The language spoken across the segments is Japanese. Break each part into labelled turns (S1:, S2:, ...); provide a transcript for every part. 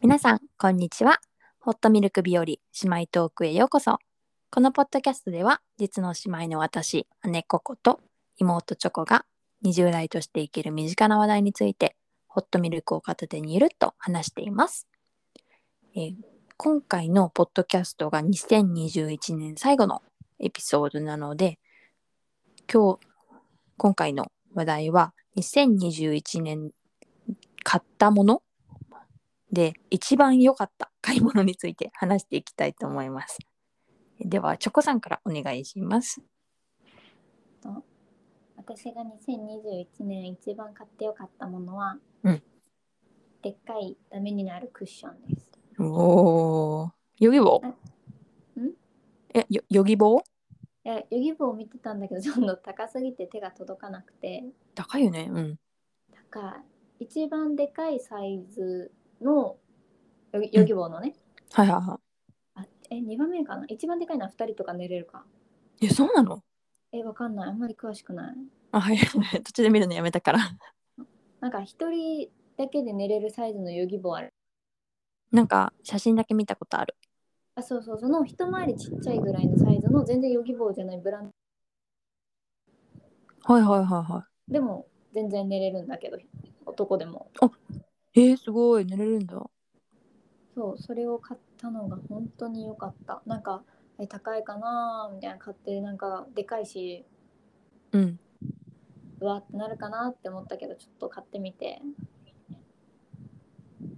S1: こんにちは。ホットミルク日和姉妹トークへようこそ。このポッドキャストでは、実の姉妹の私、姉ココと妹チョコが20代として生きる身近な話題について、ホットミルクを片手にゆるっと話しています。えー今回のポッドキャストが2021年最後のエピソードなので、今日、今回の話題は、2021年買ったもので一番良かった 買い物について話していきたいと思います。ではチョコさんからお願いします。
S2: 私が2021年一番買ってよかったものは、
S1: うん
S2: でっかいダメになるクッションです。
S1: おお、ヨギボー
S2: ん？
S1: え、よヨギボー？
S2: いや、ヨギボーを見てたんだけど、 ちょっと高すぎて手が届かなくて、
S1: 高いよね。うん。
S2: 高い。一番でかいサイズのヨギヨギボーのね、
S1: はいはいは
S2: あえ、2番目かな一番でかいのは2人とか寝れるか。
S1: い。え、そうなの？
S2: え、わかんない。あんまり詳しくない。
S1: あ、はい。途中で見るのやめたから。
S2: なんか1人だけで寝れるサイズのヨギボーある。
S1: なんか写真だけ見たことある。
S2: あ、そうそう、その一回りちっちゃいぐらいのサイズの、全然ヨギボーじゃないブランド
S1: はいはいはいは
S2: でも全然寝れるんだけど男でも
S1: い。えー、すごい寝れるんだ。
S2: そうそれを買ったのが本当に良かったなんかえ高いかなーみたいな買ってなんかでかいし
S1: うん。
S2: うわーってなるかなって思ったけどちょっと買ってみて、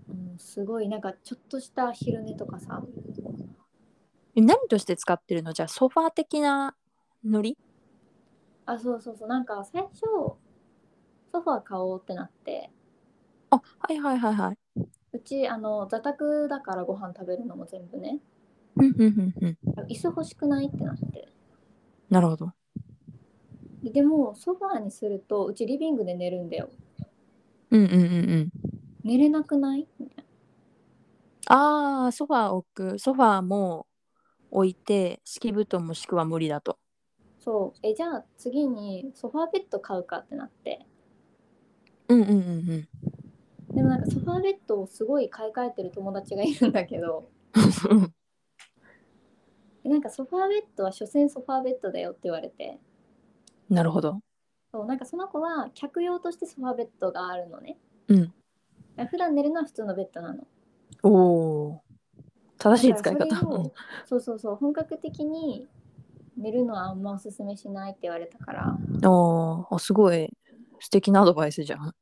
S2: うん、すごいなんかちょっとした昼寝とかさ
S1: え何として使ってるの？じゃあソファー的なノリ？
S2: あそうそうそうなんか最初ソファー買おうってなって
S1: あ、はいはいはいはい。
S2: うちあの座卓だからご飯食べるのも全部ね
S1: うんうんうんうん。
S2: 椅子欲しくないってなって
S1: なるほど。
S2: ででもソファーにするとうちリビングで寝るんだよ
S1: うんうんうんうん。
S2: 寝れなくない
S1: ああ、ソファー置く。ソファーも置いて、敷布団も敷くは無理だと。
S2: そうえじゃあ次にソファーベッド買うかってなって
S1: うんうんうん
S2: でもなんかソファーベッドをすごい買い替えてる友達がいるんだけど
S1: うん。
S2: えなんかソファーベッドは所詮ソファーベッドだよって言われて
S1: なるほど。
S2: そうなんかその子は客用としてソファーベッドがあるのね
S1: うん
S2: 普段寝るのは普通のベッドなの
S1: おお。正しい使い
S2: だから
S1: 方。
S2: それをそうそうそう本格的に寝るのはあんまおすすめしないって言われたから
S1: あーあ、すごい素敵なアドバイスじゃん。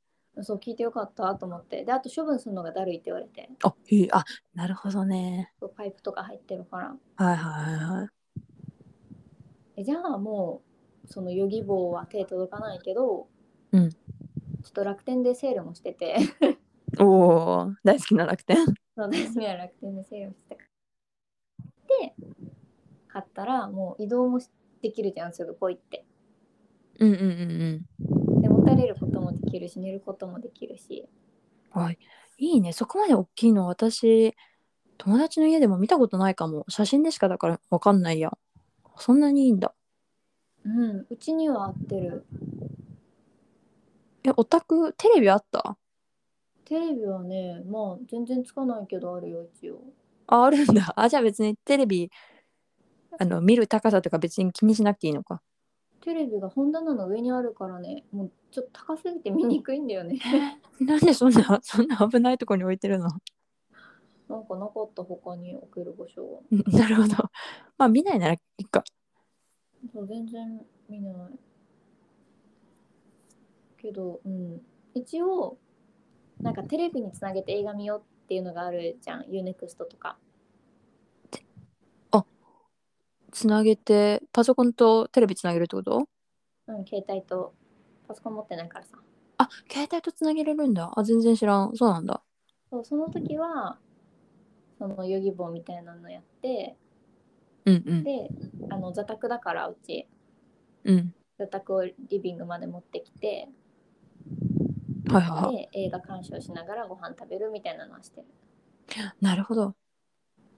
S2: そう聞いてよかったと思ってであと処分するのがだるいって言われて
S1: あ、へえあ、なるほどね。
S2: そうパイプとか入ってるから
S1: はいはいはいはい。
S2: えじゃあもうそのヨギボーは手届かないけど、
S1: うん
S2: ちょっと楽天でセールもして て
S1: おお、大好きな楽天。
S2: そう私には楽天でセールもしててで買ったらもう移動もできるじゃんすぐポイって
S1: うんうんうん
S2: で持たれることもできるし寝ることもできるし
S1: うん。はい。いいね。そこまで大きいの私、友達の家でも見たことないかも。写真でしかだからわかんないや。そんなにいいんだ。
S2: うんうちには合ってる
S1: え、オタク、テレビあった
S2: テレビはねまあ全然つかないけどあるよ一応
S1: あ、あるんだ。 あ、じゃあ別にテレビ、あの、見る高さとか別に気にしなくていいのか。
S2: テレビが本棚の上にあるからねもうちょっと高すぎて見にくいんだよね
S1: なんでそんな、 そんな危ないとこに置いてるの
S2: なんかなかった他に置ける場所が
S1: なるほど。まあ見ないならいいか。
S2: そう全然見ないけど、うん、一応なんかテレビにつなげて映画見ようっていうのがあるじゃん UNEXT とか
S1: つなげて、パソコンとテレビつなげるってこと
S2: うん携帯とパソコン持ってないからさ
S1: あ、携帯とつなげれるんだ。あ、全然知らん。そうなんだ。
S2: そうその時はそのヨギボーみたいなのやって
S1: うんうん。
S2: であの座卓だからうち
S1: うん。
S2: 座卓をリビングまで持ってきて
S1: はいはいはい。
S2: で映画鑑賞しながらご飯食べるみたいなのはしてる
S1: なるほど。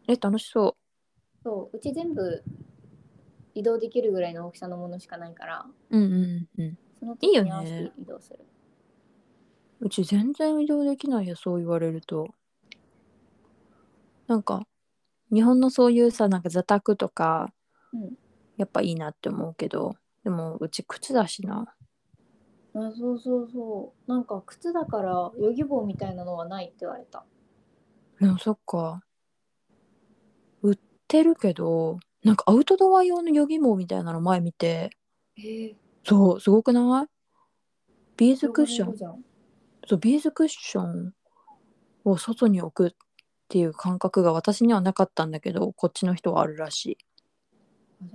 S1: え、楽しそ
S2: そううち全部移動できるぐらいの大きさのものしかないから
S1: う。うんうんうん。
S2: その
S1: いい
S2: 時
S1: よ
S2: に
S1: ね
S2: 合わせて移動する。
S1: うち全然移動できないや、そう言われると。なんか日本のそういうさなんか座卓とか
S2: うん
S1: やっぱいいなって思うけどでもうち靴だしな
S2: あそうそうそうなんか靴だからヨギボーみたいなのはないって言われた
S1: でもそっか売ってるけどなんかアウトドア用のヨギモーみたいなの前見て
S2: へえ
S1: そうすごくないビーズクッション
S2: じゃん
S1: そうビーズクッションを外に置くっていう感覚が私にはなかったんだけどこっちの人はあるらしい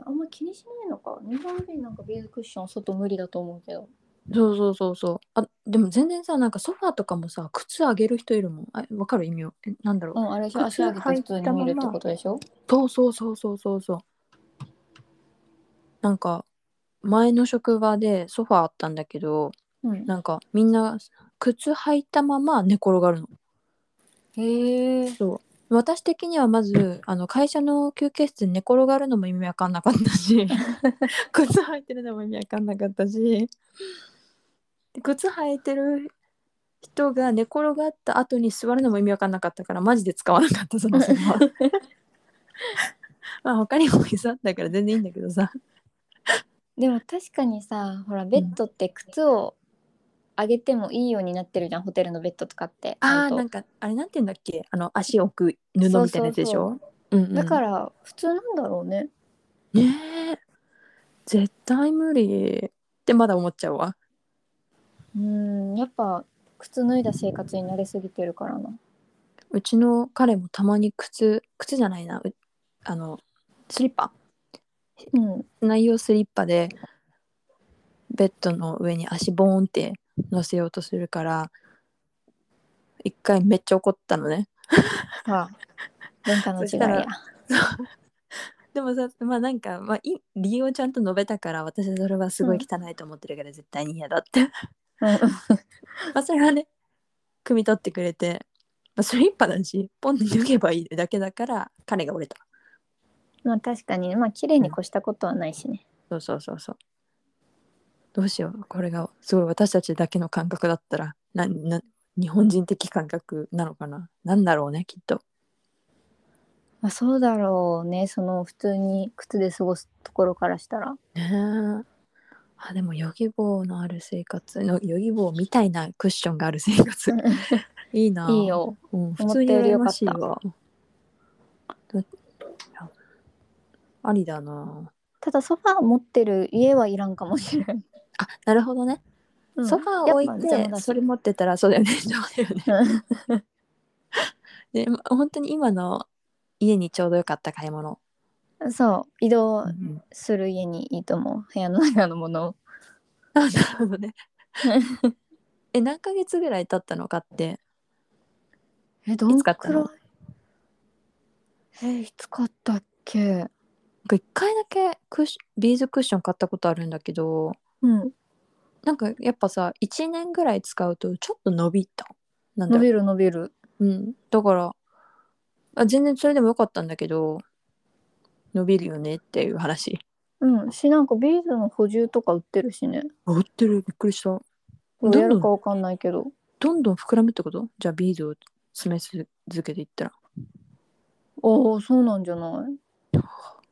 S2: あんま気にしないのか日本人なんかビーズクッション外無理だと思うけど
S1: そうそうそうそうあでも全然さなんかソファーとかもさ靴上げる人いるもんあわかる意味をえなんだろう、
S2: うんあれでしょ足
S1: 靴
S2: 上げて普通に見るってことでしょ
S1: そうそうそうそうそうそうなんか前の職場でソファーあったんだけど
S2: うん
S1: なんかみんな靴履いたまま寝転がるの
S2: へえ
S1: そう私的にはまずあの会社の休憩室に寝転がるのも意味わかんなかった し靴履いてるのも意味わかんなかったしで靴履いてる人が寝転がった後に座るのも意味わかんなかったからマジで使わなかったそのソ ファまあ他にも椅子あったから全然いいんだけどさ
S2: でも確かにさほらベッドって靴を上げてもいいようになってるじゃんホテルのベッドとかってちゃ
S1: あ
S2: ん
S1: ー
S2: と
S1: なんかあれなんて言うんだっけあの足置く布みたいなやつでしょうんうん
S2: だから普通なんだろうね
S1: ねえ絶対無理ってまだ思っちゃうわ
S2: うんやっぱ靴脱いだ生活に慣れすぎてるからな
S1: うちの彼もたまに靴靴じゃないなうあのスリッパ
S2: うん
S1: 内容スリッパでベッドの上に足ボーンって乗せようとするから一回めっちゃ怒ったのね
S2: はあ文化の違い
S1: そ
S2: や
S1: しでもさまあなんか、まあ、い理由をちゃんと述べたから私はそれはすごい汚いと思ってるから絶対に嫌だって、
S2: うん
S1: まあそれはね汲み取ってくれて、まあ、スリッパだしポンって脱げばいいだけだから彼が折れた
S2: まあ確かにまあ綺麗に越したことはないしね
S1: そうそうそうそう。どうしよう。これがすごい私たちだけの感覚だったら、なな日本人的感覚なのかな。なんだろうね、きっと。
S2: まあそうだろうねその普通に靴で過ごすところからしたら
S1: ねえ。あでもヨギボーのある生活のヨギボーみたいなクッションがある生 活いいない
S2: い、よ
S1: うん、普
S2: 思った
S1: 通に
S2: より
S1: 羨
S2: 良か
S1: ま
S2: っ
S1: しい
S2: た
S1: わだいやありだな
S2: ただソファー持ってる家はいらんかもしれない、
S1: あなるほどね、
S2: うん
S1: ソファー置い
S2: やっぱ邪魔
S1: て
S2: だし
S1: それ持ってたらそうだよね そうだよね
S2: うん
S1: でま本当に今の家にちょうどよかった買い物、
S2: そう移動
S1: うん
S2: する家にいいと思う部屋の中のものを
S1: あ なるほどね え何ヶ月ぐらい経ったのかって
S2: えど
S1: んくらい
S2: んくらいえいつ買ったっけ
S1: 僕1回だけクッシビーズクッション買ったことあるんだけど
S2: うん
S1: なんかやっぱさ1年ぐらい使うとちょっと伸びたなんだ
S2: 伸
S1: ろ
S2: びる伸びる
S1: う、うん、だからあ全然それでもよかったんだけど伸びるよねっていう話
S2: うんしなんかビーズの補充とか売ってるしね
S1: あ売ってるびっくりした
S2: どうやる
S1: どんど
S2: か
S1: ん
S2: わかんないけど
S1: どんどん膨らむってことじゃあビーズを詰め続けていったら
S2: ああそうなんじゃない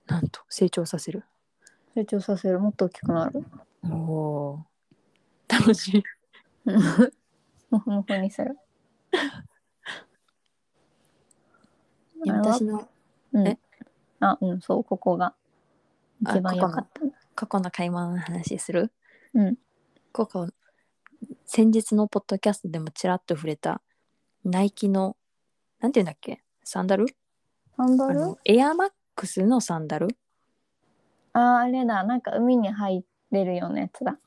S1: なんと成長させる
S2: 成長させるもっと大きくなる
S1: おおー楽しい
S2: もふもふにする
S1: いや
S2: あれは
S1: 私の
S2: うん
S1: え
S2: あうんそうここが
S1: あ
S2: 一番良かった
S1: 過去の買い物の話する
S2: うん
S1: 過去先日のポッドキャストでもちらっと触れたナイキのなんていうんだっけサンダル
S2: サンダ
S1: あ
S2: ル
S1: のエアマックスのサンダル
S2: あああれだなんか海に入れるようなやつだ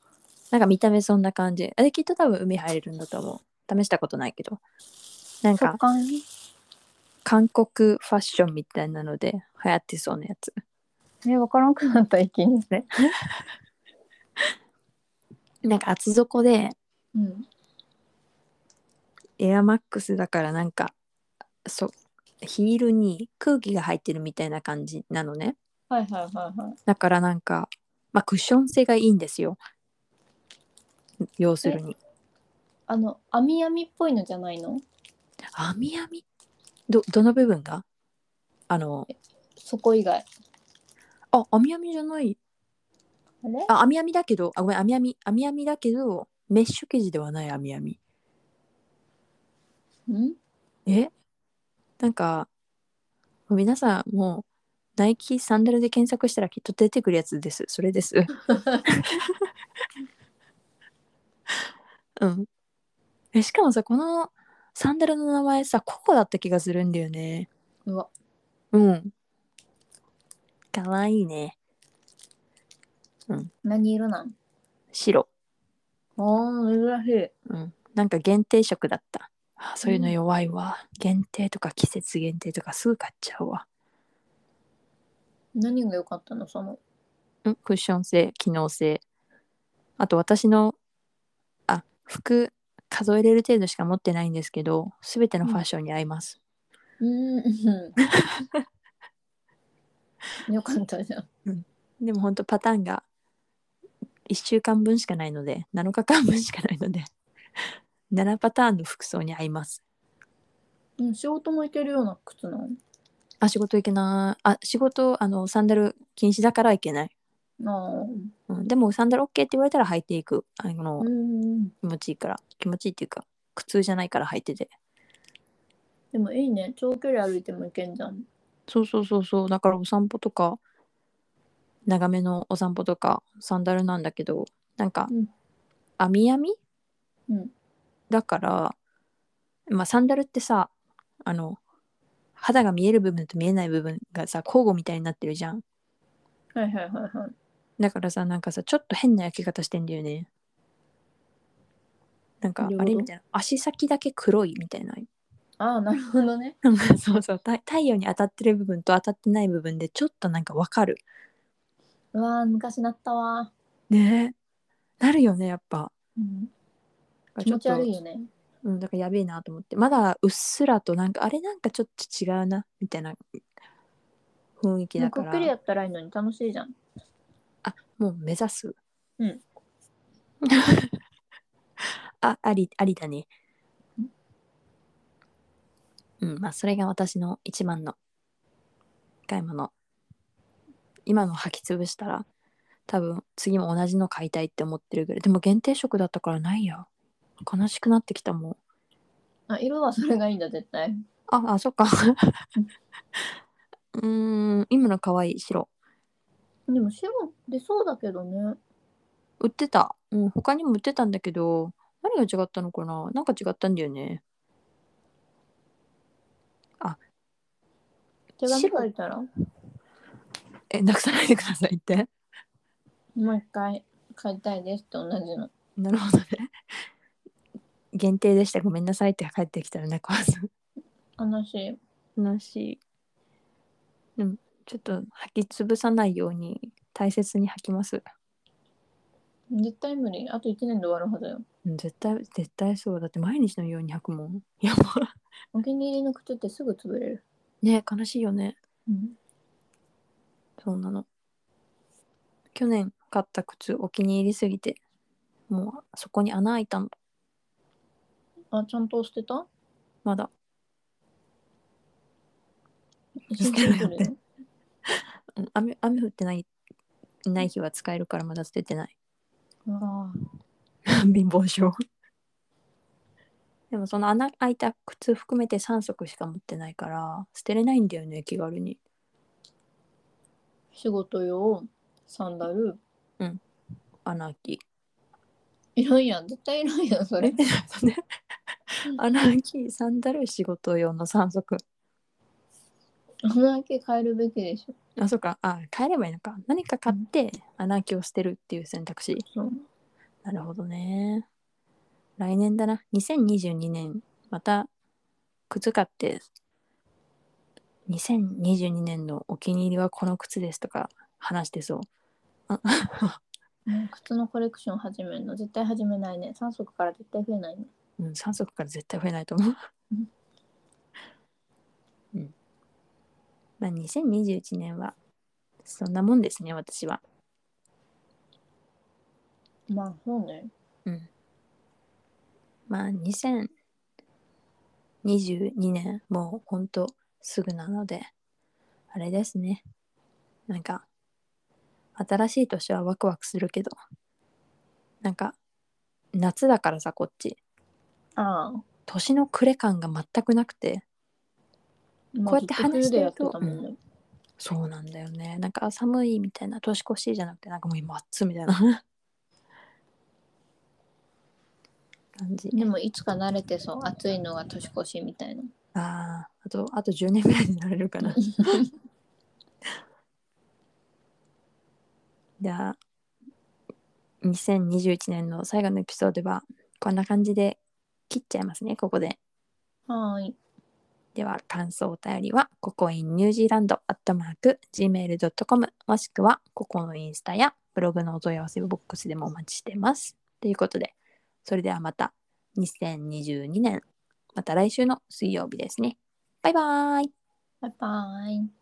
S1: なんか見た目そんな感じあれきっと多分海入れるんだと思う試したことないけどなん
S2: 食
S1: か
S2: 感
S1: 韓国ファッションみたいなので流行ってそうなやつ
S2: えわからんくなった一気に
S1: なんか厚底で
S2: うん
S1: エアマックスだからなんかそヒールに空気が入ってるみたいな感じなのね
S2: はいはいはいはい
S1: だからなんか、まあ、クッション性がいいんですよ。要するに。
S2: あの網網っぽいのじゃないの
S1: 網網ど、どの部分があの
S2: そこ以外
S1: あ網やみじゃない
S2: あれ
S1: あ網やみだけどあごめん網やみ網やみだけどメッシュ生地ではない網やみ
S2: ん
S1: えなんかもう皆さんもうナイキサンダルで検索したらきっと出てくるやつですそれですうんえしかもさこのサンダルの名前さココだった気がするんだよね
S2: うわ
S1: うんかわいいね
S2: 何色なん
S1: 白
S2: あー珍しい
S1: うんなんか限定色だったあそういうの弱いわ、限定とか季節限定とかすぐ買っちゃうわ
S2: 何が良かったのその
S1: んクッション性機能性あと私のあ服数えれる程度しか持ってないんですけど全てのファッションに合います、
S2: う ーんよかったじゃん
S1: でもほんとパターンが1週間分しかないので7日間分しかないので7パターンの服装に合います
S2: うん仕事も行けるような靴なの
S1: あ仕事行けないあ仕事あのサンダル禁止だからいけない、
S2: あ
S1: うん、でもサンダル OK って言われたら履いていくあの、
S2: あうん
S1: 気持ちいいから気持ちいいっていうか苦痛じゃないから履いてて
S2: でもいいね長距離歩いても行けんじゃん
S1: そうそうそうそうだからお散歩とか長めのお散歩とかサンダルなんだけどなんか
S2: うん
S1: 網やみ
S2: うん
S1: だから、まあ、サンダルってさあの肌が見える部分と見えない部分がさ交互みたいになってるじゃん
S2: はいはいはいはい
S1: だからさなんかさちょっと変な焼き方してんだよねなんか
S2: なるほど
S1: あれみたいな足先だけ黒いみたいな
S2: ああなるほどね
S1: なんかそうそう太太陽に当たってる部分と当たってない部分でちょっとなんかわかる
S2: うわー昔なったわ
S1: ねえなるよねやっぱ
S2: ー、うん、気持ち悪いよね
S1: うん、だからやべえなと思ってまだうっすらとなんかあれなんかちょっと違うなみたいな雰囲気
S2: も
S1: だ
S2: うこ
S1: か
S2: っくり
S1: ら
S2: やったらいいのに楽しいじゃん
S1: もう目指す
S2: うん
S1: あありありだねうんまあそれが私の一番の買い物今の履き潰したら多分次も同じの買いたいって思ってるぐらいでも限定色だったからないや悲しくなってきたもん
S2: あ色はそれがいいんだ絶対
S1: あ、あ、そっか。 うーん、今の可愛い白。
S2: でも白出そうだけどね
S1: 売ってた。うん、他にも売ってたんだけど、何が違ったのかななんか違ったんだよね。
S2: 手紙書いたら
S1: え、なくさないでくださいって。
S2: もう一回買いたいですって同じの
S1: なるほどね。限定でした。ごめんなさいって帰ってきたら泣かず。
S2: 悲しい
S1: 悲しい。うん、ちょっと履き潰さないように大切に履きます。
S2: 絶対無理あと1年で終わるはずよ
S1: うん絶対、絶対そう。だって毎日のように履くもん。やば
S2: お気に入りの靴ってすぐ潰れる、
S1: い。ね悲しいよね。そうなの。去年買った靴お気に入りすぎて、もうそこに穴開いたの、
S2: あちゃんと捨てた
S1: まだ。
S2: 捨てるよ
S1: うん雨雨降ってない、ない日は使えるからまだ捨ててない。
S2: うわ
S1: 貧乏症。でもその穴開いた靴含めて3足しか持ってないから、捨てれないんだよね、気軽に。
S2: 仕事用サンダル
S1: 穴開き。
S2: いらんやん絶対いらんやん それ
S1: 穴開き、サンダル、仕事用の3足。
S2: 穴開け変えるべきでしょ
S1: あ、そうか。あ、買えればいいのか。何か買って穴開きを捨てるっていう選択肢。
S2: そう
S1: なるほどね。来年だな。2022年、また、靴買って、2022年のお気に入りはこの靴ですとか話してそう。
S2: もう靴のコレクション始めるの絶対始めないね3足から絶対増えないね
S1: うん、3足から絶対増えないと思う。うん。まあ、2021年は、そんなもんですね、私は。
S2: まあそうね
S1: まあ、2022年、もうほんとすぐなので、あれですね。なんか、新しい年はワクワクするけど、なんか、夏だからさ、こっち。
S2: ああ
S1: 年の暮れ感が全くなくて、こうやって話してると
S2: まあずっ冬でやってたもんね
S1: そうなんだよね。なんか寒いみたいな、年越しじゃなくて、なんかもう今暑いみたいな感じ。
S2: でもいつか慣れてそう暑いのが年越しみたいな
S1: ああ、あと、あと10年ぐらいになれるかな。じゃあ、2021年の最後のエピソードは、こんな感じで切っちゃいますね、ここで。
S2: はーい
S1: では、感想お便りは、ココインニュージーランドアットマーク、gmail.com、もしくは、ココのインスタやブログのお問い合わせボックスでもお待ちしてます。ということで、それではまた2022年、また来週の水曜日ですね。バイバーイ
S2: バイバーイ